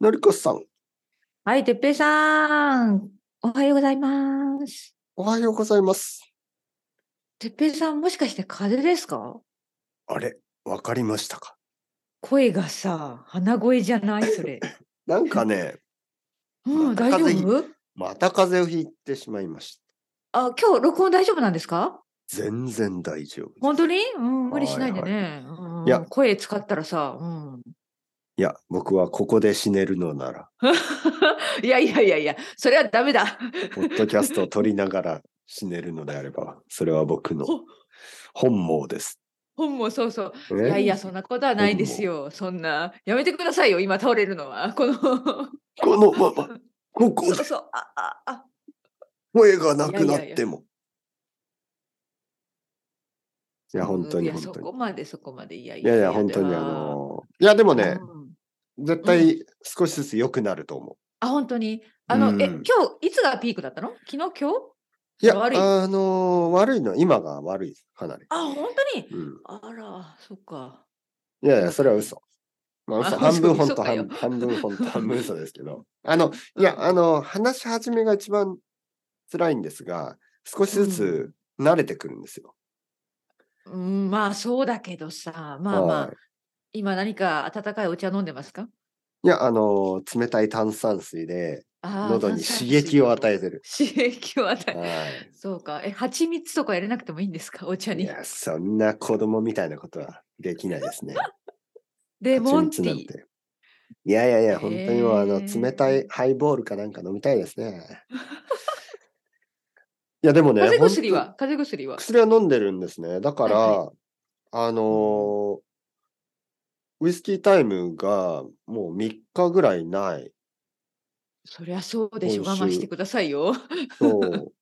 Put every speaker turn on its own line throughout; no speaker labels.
のりこさん、
はい、てっぺいさん、おはようございます。
おはようございます。
てっぺいさん、もしかして風邪ですか
あれ、わかりましたか
声がさ、鼻声じゃない それ。
なんか ね、
うん、
また
大丈
風邪
夫
また風邪をひいてしまいまし
あ、今日録音大丈夫なんですか
た。全然大丈夫です。
本当にうん、無理しないで
は
ね。うん
いや
声使ったらさ、うん。
いや、僕はここで死ねるのなら、
いやいやいやいや、それはダメだ。
ポッドキャストを撮りながら死ねるのであれば、それは僕の
ほ
本望です。
本もそうそう。
い
いやいや、そんなことはないですよ。そんな、やめてくださいよ、今倒れるのは。この、
このま ま、こ
そ
こ
う
で
そう、あ、あ、あ、
声がなくなっても。いや、
うん
本当に
いや
本
そ
当に
こ。までそこまでいやい
いやいや、本当にあのー、いや、でもね、
うん
絶対少しずつ良くなると思う。
あ本当にあの、
うん
え今日いつがピークだったの昨日今日
いや、
悪い
あのー悪いの、今が悪い、かなり。
あ本当に
うん、
あらそっか
いやいや、それは嘘。まあ、嘘
あ
半分
嘘
本当
嘘かよ
半、半分本当、半分嘘ですけ ど。あの、いや、あの、話し始めが一番辛いんですが、少しずつ慣れてくるんですよ。
うんまあそうだけどさまあまあ、
はい
今何か温かいお茶飲んでますか
いや、あのー冷たい炭酸水で
あー
喉に
炭
刺
酸水
激を与え てる。
刺激を与え、
は
そうかえ蜂蜜とか入れなくてもいいんですかお茶
い。い
に
や、そんな子供みたいなことはできないですね。
レモンテ
蜂
ィ
蜜なん
ー
ていやいやいや、本当にもうあの
へー
冷たいハイボールかなんか飲みたいです ね。いや、でもね、
風
本
邪
当
薬は風邪薬は
薬は飲んでるんですね。だから、
はい
あのーウイスキータイムがもう3日ぐらいない。
そりゃそうでしょ我
今週
慢してくださいよ
そう。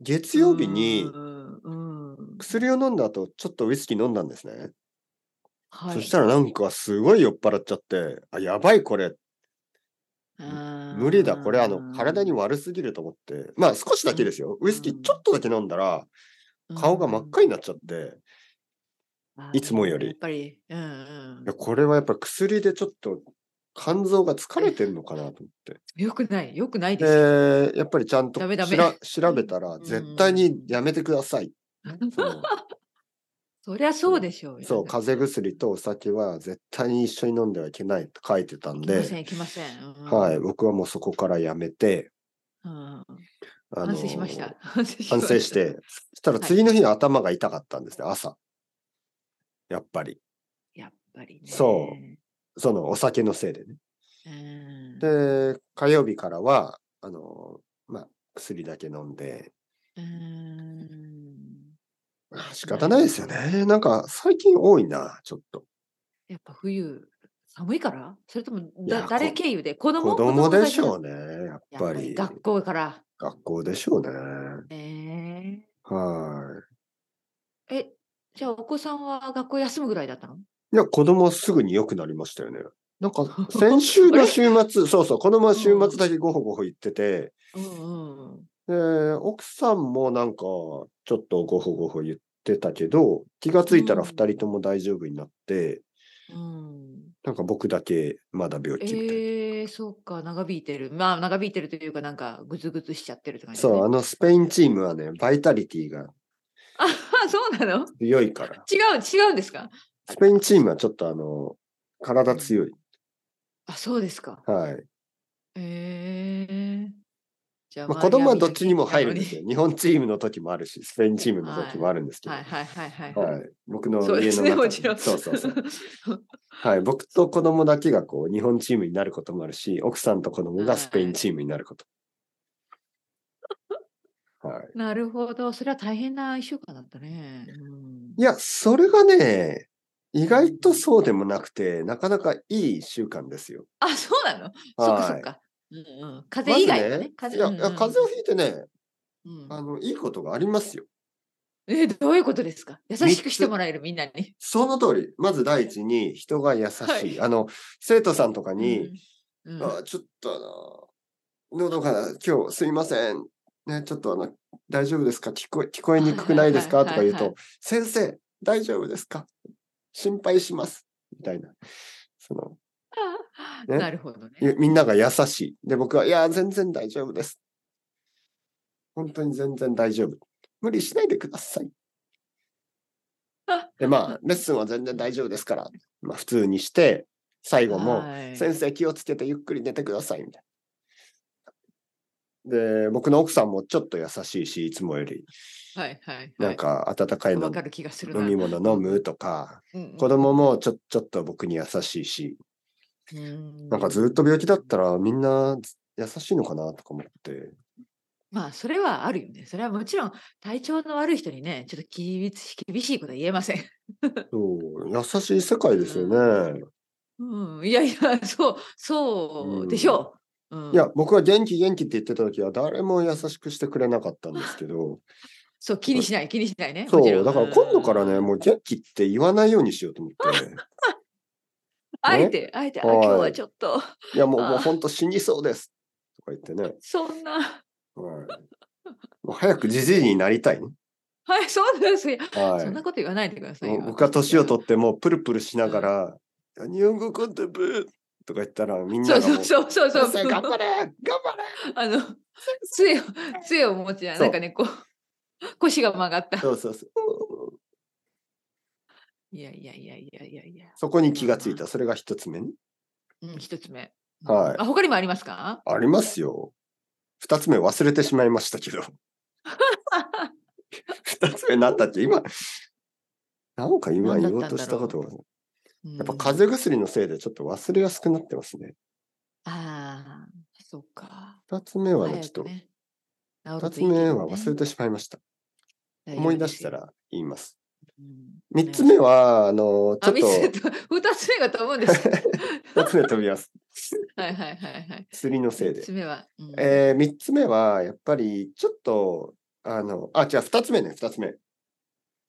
月曜日に
うんうん
薬を飲んだ後、ちょっとウイスキー飲んだんですね。
はい、
そしたらなんかすごい酔っ払っちゃって、あ、やばいこれ、無
無
理だ、これ、あの、体に悪すぎると思って、まあ少しだけですよ。ウイスキ
う
ー
ん
ちょっとだけ飲んだら、顔が真っ赤になっちゃって、いつもより
やっぱり、うんうん
いや、これはやっぱ薬でちょっと肝臓が疲れてるのかなと思って。
よくない、よくないですよ。
で、やっぱりちゃんと
ダメダメ
しら調べたら、
うん
絶対にやめてください。そ の
そりゃそうでしょうよ。
そう、風邪薬とお酒は絶対に一緒に飲んではいけないと書いてたん
いきません、
で、
いきません。うん
はい、僕はもうそこからやめて、
うん
あ
反省しまし
の
た。反省しま
反省し。て、そしたら次の日頭が痛かったんですね、朝。やっぱり、
やっぱりね。
そそのお酒のせいでね。
うん。
で、火曜日からは、あの、まあ、薬だけ飲んで、
うん
まあ仕方ないですよね。なんか最近多いな、ちょっと。
やっぱ冬、寒いからそれとも
いや
だ誰
こ
経由で子供
子供でしょう
ね。
ね、やっ
やっ
ぱ
ぱ
り。
り学校から。
学校でしょうね。
え
は
ーえ、じゃあお子さんは学校休むぐらいだったの
い。いや、子供すぐに良くなりましたよね。なん か、先週の週末、そうそう、子供は週末だけごほごほ行ってて、
うんうん。
で、奥さんもなんか、ちょっとごほごほ言ってたけど、気がついたら
うん
二人とも大丈夫になって、
うん、
なんか僕だけまだ病気みたいな。
えー、そうか、長引いてる。まあ、長引いてるというか、なんか、ぐずぐずしちゃってるって感じ、ね。
そう、あのスペインチームはね、バイタリティが
あ、そうなの
強いから。
違う、違うんですか
スペインチームはちょっとあの、体強い。
あ、そうですか。
はい。
えー。じゃあ
まあ、子供はどっちにも入るん
ん
ですよ。日本チームの時もあるし、スペインチームの時もあるんですけど。
はい
は
はいはいはい。
い。僕の家の
そう
中
ですね、もちろん。
そうそうそう。はい。僕と子供だけがこう、日本チームになることもあるし、奥さんと子供がスペインチームになること。はい。
なるほど、それは大変な一週間だったね。うん
いや、それがね、意外とそうでもなくて、なかなかいい一週間ですよ。
あ、そうなのそっかそっか。うんうん、風
まず
邪以外はね。
いや、いや風邪をひいてね、
うんうん
あの、いいことがありますよ。
え、どういうことですか優し
三
く
つ
してもらえるみんなに。
その通り。まず第一に、人が優しい。
はい
あの、生徒さんとかに、
うん、うん
あちょっとあの、喉が今日すいません。ね、ちょっとあの、大丈夫ですか聞こえ、聞こえにくくないですか
はい
と
はい
か
はい
言
はいう
と、先生、大丈夫ですか心配します。みたいな。その、ね
なるほどね。
いみんなが優しい。で、僕は、いや、全然大丈夫です。本当に全然大丈夫。無理しないでください。で、まあ、レッスンは全然大丈夫ですから、まあ、普通にして、最後も、
はい
先生気をつけてゆっくり寝てください、みたいな。で、僕の奥さんもちょっと優しいし、いつもより、
はいはい。
なんか温かいの
わかる気がするな。
飲み物飲むとか、
うん
子供もちょちょっと僕に優しいし、
うん
なんかずっと病気だったらみんな優しいのかなとか思って、
まあそれはあるよね。それはもちろん体調の悪い人にね、ちょっと厳しい厳しいことは言えません。
そう優しい世界ですよね。
うん、いやいや、そう、そうでしょう。うん
いや、僕は元気元気って言ってた時は誰も優しくしてくれなかったんです けど、
そう、気にしない、気にしないね。
そ
もちろ
う、
ん
だから今度からね、
うん
もう元気って言わないようにしようと思って。
あえて、あえて、あ、
はい
今日はちょっと、
いやもう、
あー
もう本当死にそうです。とか言って ね。
そんな、
はい、もう早くじじいになりたいね。
はい、そうですよ。
は
そん
い
なこと言わないでください
も
よ。
う。僕は年を取ってもうプルプルしながら、日本語コンテンプとか言ったらみん
そ
な
う
がも
そううそうそうそう。
先生頑張れ頑張れ
あの、杖を、杖を持ちな、
そう
なんかね、こう、腰が曲がった。
そうそうそう。
いやいやいやいやいやいや。
そこに気がついた。それが一つ目ね。
うん、一つ目。
はい
あ、他にもありますか
ありますよ。二つ目忘れてしまいましたけど。二つ目なんだって今、なんか今言おうとしたことが、や
や
っぱ風邪薬のせいでちょっと忘れやすくなってますね。
ああ、そうか。
二つ目はね、ちょ
早
っと
く、ね治
二
る
つ
といいけどね
目は忘れてしまいました。思い出した。
大丈夫
ら言います。
ですようん
三つ目は、あの、ちょ
あ、
っ
三つ目
と、
と、 二つ目が飛ぶんですね。
二つ目飛びます。
はいはいはい はい。
薬のせいで
三つ。目は。うん
えー、三つ目は、やっぱり、ちょっと、あの、あ、違う、二つ目ね、二つ目。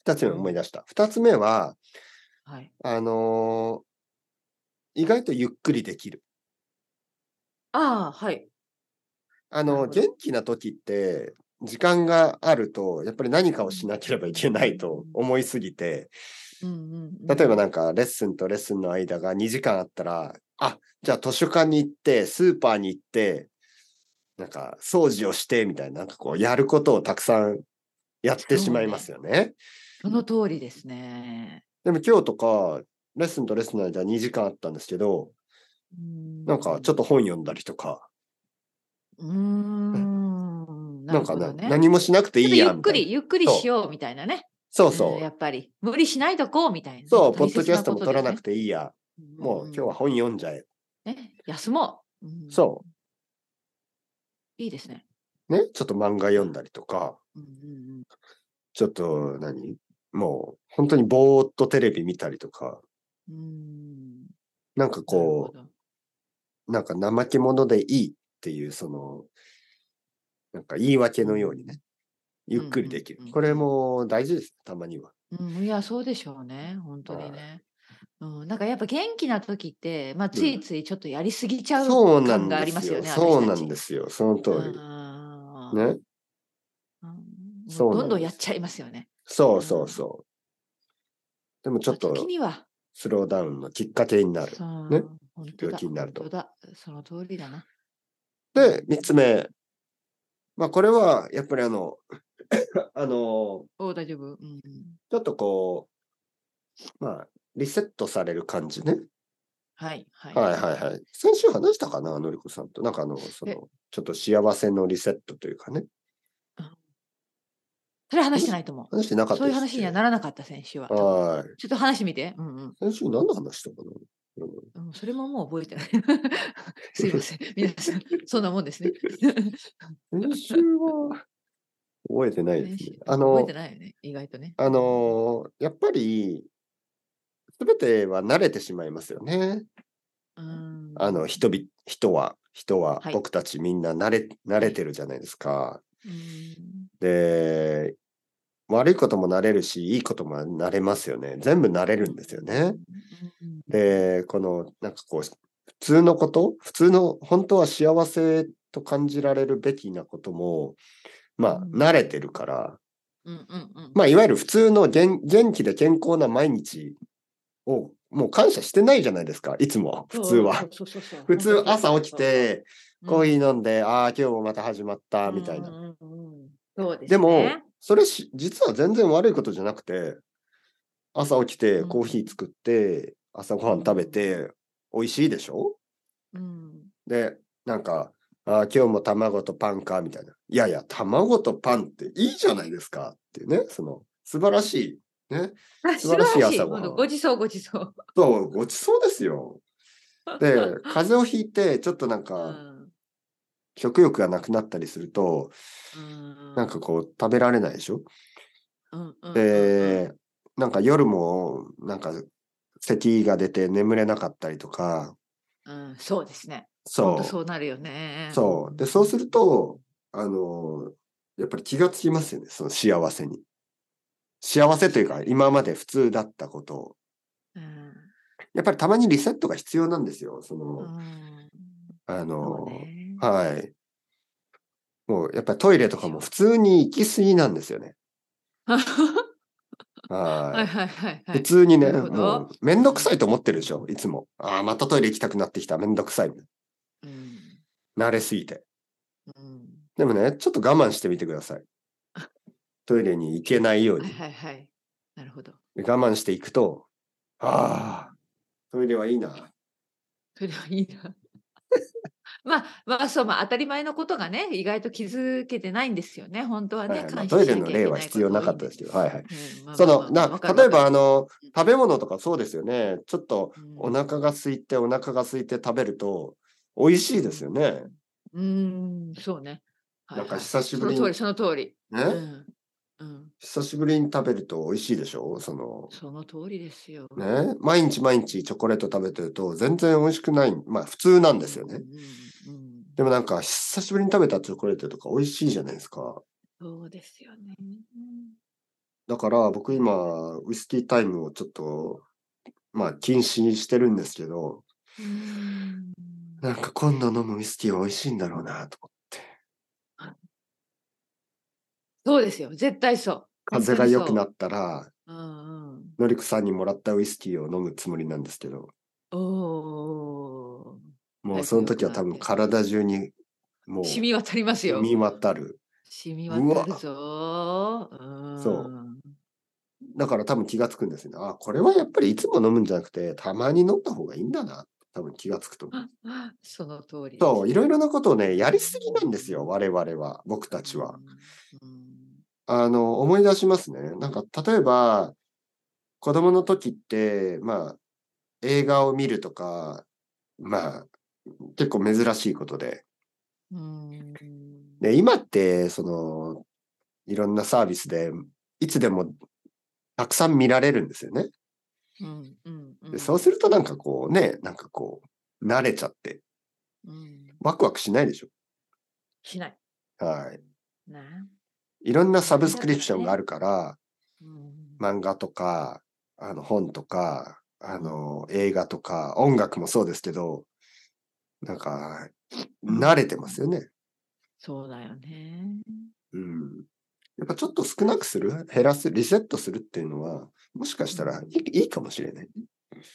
二つ目思い出した。二つ目は、
はい。
あのー意外とゆっくりできる。
ああ、はい。
あ
な
の、
るほど
元気な時って、時間があると、やっぱり何かをしなければいけないと思いすぎて、
うんうんうん、
例えばなんか、レッスンとレッスンの間が2時間あったら、あ、じゃあ図書館に行って、スーパーに行って、なんか、掃除をして、みたいな、なんかこう、やることをたくさんやってしまいますよね。
その通りですね。
でも今日とか、レッスンとレッスンの間2時間あったんですけど、なんかちょっ
と。
と本読んだりとか、
うーん。
なんか
るほ
な
どね
何もしなくていい
ちょ
や
っとゆっ
みた
く
いな。
り、ゆっくりしようみたいなね。
そう
うん
そ。
やっぱり、無理しないとこうみたいうな。
そう、ポ
大
ッドキ
切
ャ
な
ストも
こと
撮
だ
ら
よ
な
ね
くていいや。もう今日は。本読んじゃえ。
んね、休もう。うん
そう。
いいですね。
ね、ちょっと漫画読んだりとか、
うんうん
ちょっと何もう本当にぼーっとテレビ見たりとか、
うんうん。
なんかこ
う
う、なんか怠け者でいいっていう、その、なんか言い訳のようにね、ゆっくりできる
うんうんう。ん
これも大事です、たまには。
なるほど、うん。いや、そうでしょうね。本当
はい
にね。うん、なんかやっぱ元気な時って、まあ、ついついちょっとやりすぎちゃう
そうな
感
ん
があ
で
りますすよ
よ。
ね。。
そうなんですすよ。その通
あ
り。ね。
ーうんもう
そうなん
どんどん
で
やっ
す
ちゃいますよね。
そうそうそう。でもちょっ
まあ
と
時には
スローダウンのきっかけになる。
そう
ね
本当
病
だ
気になると
本当だその通りだな。
で、3つ目。まあこれはやっぱりあの、 あの、
お大丈夫。うんうん、
ちょっとこう、まあリセットされる感じね。
はいはい。
はいはいはい。先週話したかな、のりこさんと。なんかあの、そ
え
の、ちょっと幸せのリセットというかね。
それ話してないと思
話してなか
う。
った
そういう話にはな
ら
らなかった先週は。ち
は
ょっと話してみて。うんうん。
い。先週何の話したかな
うん、それももう覚えてない。 すいません。皆さん、そんなもんですね。
先週は、覚えて ないです
先
ね
週。
あ
覚え
の
て、ないよね。意外とね。
あのーやっぱり、すべては慣れてしまいますよね。
うん、
あの、人び、人は、人は
は、い
僕たちみんな慣れ、慣れてるじゃないですか。
うん
で、悪いことも慣れるし、いいことも慣れますよね。全部慣れるんですよね。
うん
で、この、なんかこう、普通のこと、普通の、本当は幸せと感じられるべきなことも、まあ、
うん
慣れてるから、
うんうんうんうん。
まあ、いわゆる普通の元元気で健康な毎日をもう感謝してないじゃないですか、いつも、普通は。
そうそうそうそう。
普通朝起きて、
うん、
コーヒー飲んで、ああ、今日もまた始まった、みたいな。
うんうんうんうんそうですね。
でも、それし、実は全然悪いことじゃなくて、朝起きて
うん
コーヒー作って、朝ごはん食べて、美味しいでしょ
うん、
で、なんか、あー今日も卵とパンか、みたいな。いやいや、卵とパンっていいじゃないですか、っていうね、その、素晴らしい。ね。素晴
素晴ら
ら
し
し
い
い
朝
朝
ご
ご
は
はん
ん。ごちそうごちそう。
そう、ごちそうですよ。で、 風邪をひいて、ちょっとなんか、食欲がなくなったりすると、
な
なんか、こう、食べられないでしょ
うんうんうん
で、なんか夜も、なんか、咳が出て眠れなかったりとか、
うん、そうですね。ほ
そ
んと
う、
そうなるよね。
そう。で、そうすると、あの、やっぱり気がつきますよね、その幸せに。幸せというか、今まで普通だったことを。
うん。
やっぱりたまにリセットが必要なんですよ、その、
うん
あ
そう
の、
ね
はい。もう、やっぱりトイレとかも普通に行き過ぎなんですよね。
は
はいい。
はいはいは
普
い。
通にね、
なるほ
も
ど
う、めんどくさいと思ってるでしょ、いつも。ああ、またトイレ行きたくなってきた、めんどくさい。
うん
慣れすぎて。
うん
でもね、ちょっと我慢してみてください。トイレに行けないよう
はい
に。
はいはい。なるほど。
我慢していくと、ああ、トイレはいいな。
それはいいな。 まあまあそうまあ当たり前のことがね意外と気づけてないんですよね本当
は
は
い
ね。
はいまあ
感謝
トイ
し
レ
なきゃ
の
いけい
例は必要なかった
こ
ですけど、はいはい。
とが多いんです。うんまあ
そ
まあ
の、
まあ
な
わかる
例え
わ
ば、
か
あ
る
の
うん、
食べ物とかそうですよね。ちょっと
うん
お腹が空いて、お腹が空いて食べると、美味しいですよね。
うーん、そうね。はい
なんか
はい
久しぶりに
その通り、その通り。う
ね。
ん。うん、
久しぶりに食べると美味しいでしょその、
その通りですよ。
ね。毎日毎日チョコレート食べてると、全然美味しくない。まあ、普通なんですよ
う
ね
ん。うんうん
でもなんか、久しぶりに食べたチョコレートとか美味しいじゃないですか。
そうですよね。
だから僕今、ウイスキータイムをちょっと、まあ禁止にしてるんですけど、
うん
なんか今度飲むウイスキーは美味しいんだろうなと思って。
そうですよ。絶対そう。
風が良くな
っ
ったら、
た。うんうん、
のりくさんにもらったウイスキーを飲むつもりなんですけど、
お
も
は
う
い
その時は多分体中にも
お。
う
染
染
み渡りますよ。
み渡る。
染み渡るぞ。うん、
そうだから多分気がつくんですよね。あ、これはやっぱりいつも飲むんじゃなくて、たまに飲んだ方がいいんだな。多分気がつくと思う。
その通りです。
そう、いろいろなことをね、やりすぎなんですよ。我々は、僕たちは。
うん。うん
あの、思い出しますね。なんか、例えば、子供の時って、まあ、映画を見るとか、まあ、結構珍しいことで。
うん
で、今って、その、いろんなサービスで、いつでも、たくさん見られるんですよね。
うんうんうん
でそうすると、なんかこうね、なんかこう、慣れちゃって、
うん
ワクワクしないでしょ。
しない。
はい。
な。
いろんなサブスクリプションがあるから、
うん
漫画とか、あの本とか、あの映画とか、音楽もそうですけど、なんか、慣れてますよね。
そうだよね。
うん。やっぱちょっと少なくする、減らす、リセットするっていうのは、もしかしたらいいいいかもしれない。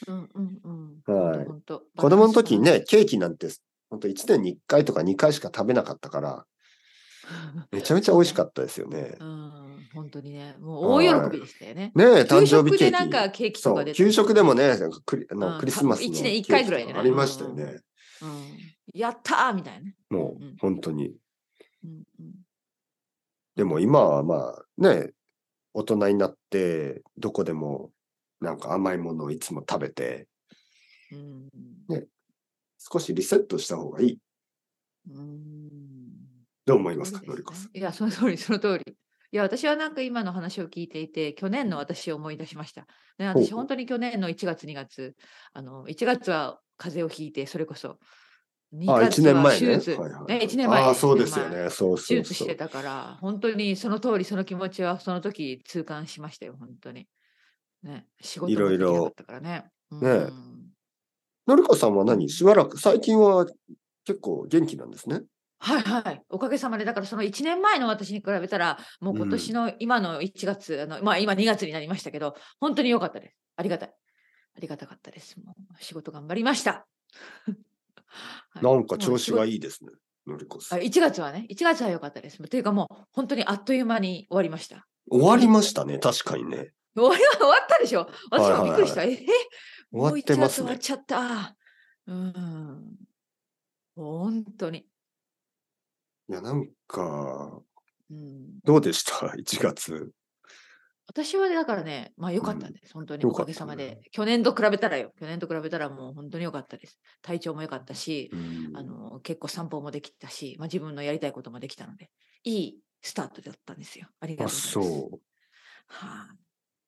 うんうんうん。
はい
ほんと
子供の時に。ね、ケーキなんて、本当1年に1回とか2回しか食べなかったから、めちゃめちゃ美味しかったですよ ね
う。ん、本当にね、もう大喜びでしたよね。
ねえ、誕生
給
日ケ
食で
ーキ。
なんかケーキと
そ
か
う、
出て
給食でもね、なんかクリあの
うん
クリスマスの
一年一回ぐらい
ケーキ
ね
とかありましたよ
うん
ね。
うん、やったーみたいなね。
も
うんうん
う、本当に。
うんうん
でも今はまあね、大人になって、どこでもなんか甘いものをいつも食べて、
うん
少しリセットした方がいい
うん
どう思いますか、
そう
の
で
りこさ
ねいや、その通り、その通り。いや、私はなんか今の話を聞いていて、去年の私を思い出しました。ね、
ほう
私、本当に去年の1月、2月、あの1月は風邪をひいて、それこそ、2
ん。あ、1
月
年
は
前
手
ね。
術、
はいはい
ね、1年前
ああ、
ね
そうで
一年
すよ
前
ね。そう
手
そう
術し
そ
て
う。
たから、本当にその通り、その気持ちはその時痛感しましたよ、本当に。ね、仕事
い
も
ろ
で
い
きな
ろ
かったからね。
ね
うん
のりこさんは何しばらく、最近は結構元気なんですね。
はいはい。おかげさまで、だからその1年前の私に比べたら、もう今年の今の1月、あのまあ今2月になりましたけど、本当に良かったです。ありがたい。ありがたかったです。もう仕事頑張りました。 はい
なんか調子が
もう仕事
いいですね、のりこ
あ
さん。
1月はね、1月は良かったです。というかもう本当にあっという間に終わりました。
終わりましたね、確かにね。
終わりは終わったでしょ私もびっくりした。え
終わってます
もう
ね
1。月終わっちゃった。うん。本当に。
いや、なんか、
うん、
どうでした ?1 月。
私はねだからね、まあ良かったんです。本当に
良
お
か
か
った
げ
ね
さまで。去年と比べたらよ。去年と比べたらもう本当に良かったです。体調も良かったし、
うん
あの結構散歩もできたし、まあ、自分のやりたいこともできたので、いいスタートだったんですよ。ありが
あ、
とうござい
そ
ます。
う。
はい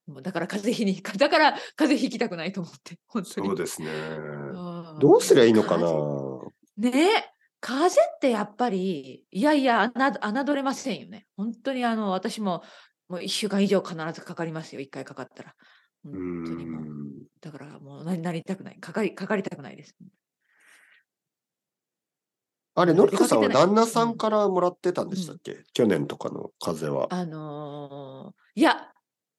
もうだから風邪ひに、だから風邪ひきたくないと思って、本当に。
そうですね。
うん
どうすりゃいいのかな
風邪ねえ、風邪ってやっぱり、いやいや、あな侮れませんよね。本当にあの、私も、もう1週間以上必ずかかりますよ、1回かかったら。本
う
当にもう、
ん。
だからもうななりたくない。かかり、かかりたくないです。
あれ、
な
の
んか
りこさんは
出かけてな
旦
い
那さんからもらってたんでしたっけ、去年とかの風邪は。
あのーいや、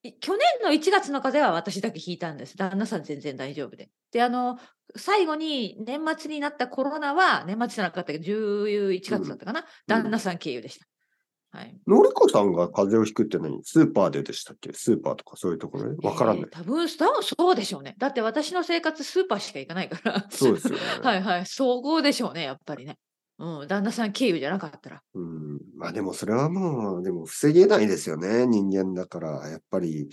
い去年の1月の風邪は私だけ引いたんです。旦那さん全然大丈夫で。で、あの、最後に年末になったコロナは、年末じゃなかったけど、11月だったかな、旦那さん経由でした。はい。
のりこさんが風邪をひくって何スーパーででしたっけスーパーとかそういうところでわからない。
えー多分、多分そうでしょうね。だって私の生活スーパーしか行かないから。
そうですよね。
はいはい。総合でしょうね、やっぱりね。うん、旦那さん経由じゃなかったら。
うん。まあでもそれはもう、でも防げないですよね。人間だから。やっぱり、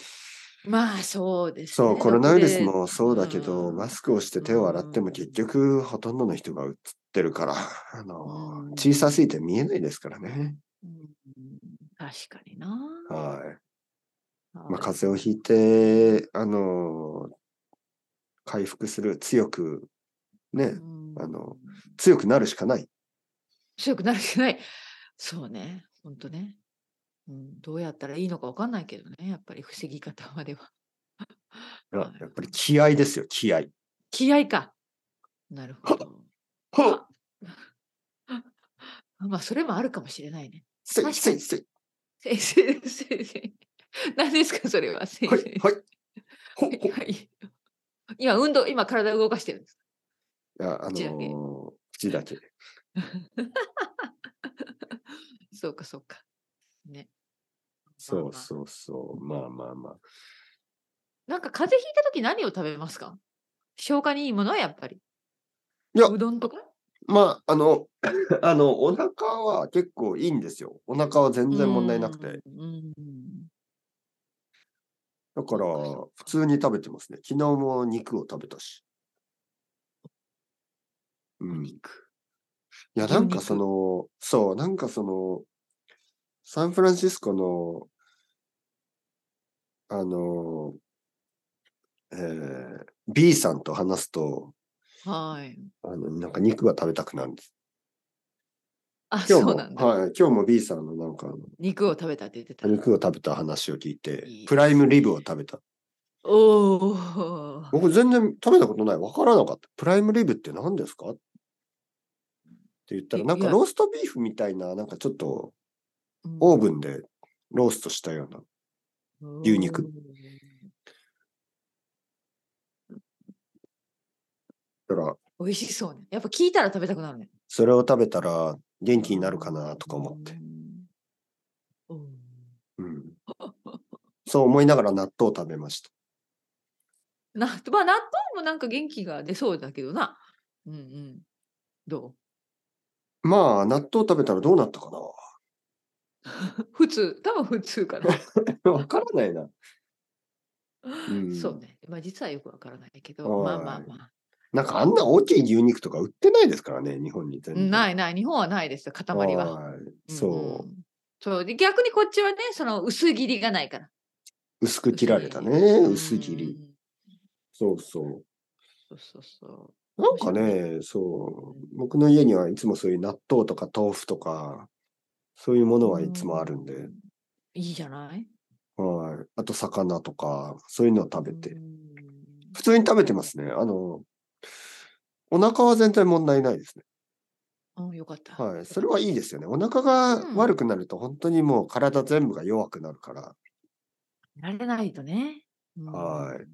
まあそうですね。
そう、コロナウイルスもそうだけど、
うん
マスクをして手を洗っても結局ほとんどの人が映ってるから、あの
うん、
小さすぎて見えないですからね。
うん確かにな。
はい。ま
ま
あ風邪をひいて、あの、回復する、強く、ね、あの強くなるしかない。
強くなるしかない。そうね、本当ね、うん。どうやったらいいのかわかんないけどね、やっぱり防ぎ方までは。
いや
はい
やっぱり気合ですよ、気合。
気合か。なる ほど。
は
まあ、それもあるかもしれないね。
せい
確
せ
か
い
に
せい。
先生、先生。何ですか、それは。先
は
生。
い、はい。 ほほい
はい今、運動、今、体を動かしてるんです。
や、あの
口だけ
ー、口だけ。
そうか、そうか。ね。
そう
まあ
そうそう。まあまあまあ。
なんか、風邪ひいたとき何を食べますか消化にいいものはやっぱり。
いや
うどんとか
まあ、あの、 あの、お腹は結構いいんですよ。お腹は全然問題なくて。。
うん
だから、
そ
普通に食べてますね。昨日も肉を食べたし。う
お
ん。い
肉。
や、
牛
なんか
肉
その、そう、なんかその、サンフランシスコの、あの、えー、B さんと話すと、
はい。
あの、なんか肉が食べたくなるんです。
あ、
今日
そうなん
も、
だ。
はい、今日も B さんのなんかあの、
肉を食べたって言ってた。
肉を食べた話を聞いて
いい、
プライムリブを食べた。
おお。
僕全然食べたことない。わからなかった。プライムリブって何ですかって言ったら、
い
なんか
いや
ローストビーフみたいな、なんかちょっと
うん
オーブンでローストしたような。牛肉。だから、
美味しそうね。やっぱ聞いたら食べたくなるね。
それを食べたら元気になるかなとか思って。
うん。うん
うん。そう思いながら納豆を食べました。
な まあ、納豆もなんか元気が出そうだけどな。うんうん。ど
まあ、納豆食べたらどうなった か
う 普通、多分普通かな。
なわからないな。うん
そうね。まあ実はよくわからないけど、まあまあ
はい
まあ。
なんかあんな大きい牛肉とか売ってないですからね、日本に全然。、
ないいない、日本はないですよ、塊は。
いそう
う。んそうで逆にこっちはね、その薄切りがないから。
薄く切られたね、薄切
う
り。
ん。
そうそう。
そうそうそ
なんかね、そう、僕の家にはいつもそういう納豆とか豆腐とか、そういうも
う。
のはいつもあるんで
う、。いいじゃない
はい。あと魚とか、そういうのを食べて
う。ん
普通に食べてますね。あの、お腹は全体問題ないですね。
うん、よかった。
はい。それはいいですよね。お腹が
うん
悪くなると本当にもう体全部が弱くなるから。
やられないとね。うん
はい。